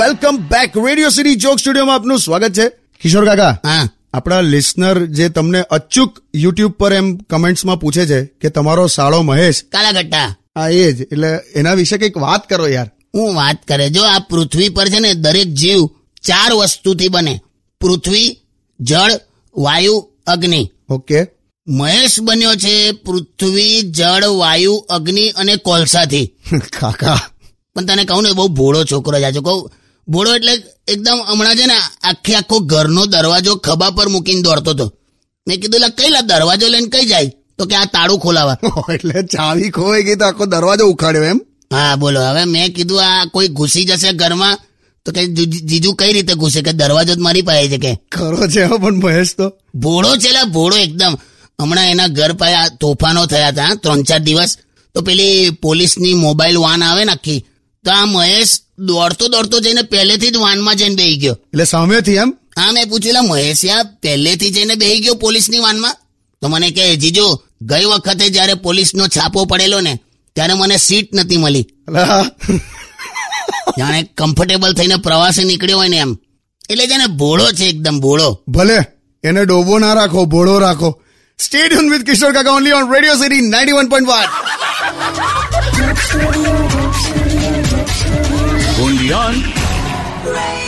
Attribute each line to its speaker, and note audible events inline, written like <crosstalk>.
Speaker 1: Welcome back radio city joke સ્ટુડિયોમાં આપનું સ્વાગત છે કિશોર કાકા
Speaker 2: હા
Speaker 1: આપણા લિસનર જે તમને અચૂક યુટ્યુબ પર એમ કમેન્ટ્સમાં પૂછે છે કે તમારો સાળો મહેશ
Speaker 2: કાલા ગટ્ટા
Speaker 1: આ એ જ એટલે એના વિશે કંઈક વાત કરો યાર
Speaker 2: હું વાત કરે જો આ પૃથ્વી પર છે ને દરેક જીવ ચાર વસ્તુથી બને પૃથ્વી જળ વાયુ અગ્નિ
Speaker 1: ઓકે
Speaker 2: મહેશ બન્યો છે પૃથ્વી જળ વાયુ અગ્નિ અને કોલસાથી
Speaker 1: <laughs> કાકા <laughs>
Speaker 2: પણ તને કહું ને બહુ ભોળો છોકરો જાજો કહું ભોળો એટલે એકદમ હમણાં છે ને આખે આખો ઘરનો દરવાજો ખભા પર મૂકીને દોડતો હતો મેં કીધું લા કઈ લા દરવાજો લઈને કઈ જાય તો કે આ તાળું ખોલાવા
Speaker 1: એટલે ચાવી ખોવાઈ ગઈ તો આખો દરવાજો ઉખાડ્યો એમ
Speaker 2: હા બોલો હવે મેં કીધું આ કોઈ ઘૂસી જશે ઘરમાં તો કે જુ- જીજુ કઈ રીતે ઘૂસે કે દરવાજો જ મારી પાસે છે કે
Speaker 1: ખરો છે હો પણ મહેશ તો
Speaker 2: ભોળો છે લા, ભોળો એકદમ હમણાં એના ઘર પાસે આ તોફાનો થયા હતા ત્રણ ચાર દિવસ તો પેલી પોલીસની મોબાઈલ વાન આવે ને આખી તો આ મહેશ દોડતો દોડતો જઈને પહેલેથી જ વાનમાં જઈને બેહી ગયો
Speaker 1: એટલે સામેથી એમ
Speaker 2: હા મેં પૂછ્યું "લા, મહેશ યા પહેલેથી જઈને બેહી ગયો પોલીસની વાનમાં તો મને કહે જીજુ ગઈ વખતે જ્યારે પોલીસનો છાપો પડેલો ને ત્યારે મને સીટ નથી મળી
Speaker 1: અલા,
Speaker 2: જાણે કમ્ફર્ટેબલ થઈને પ્રવાસે નીકળ્યો હોય ને એમ એટલે છે ને ભોળો છે એકદમ ભોળો
Speaker 1: ભલે એને ડોબો ના રાખો ભોળો રાખો સ્ટેડિયમ વિથ કિશોર કાકા only on radio city ninety one point one
Speaker 3: Undian.
Speaker 4: Radio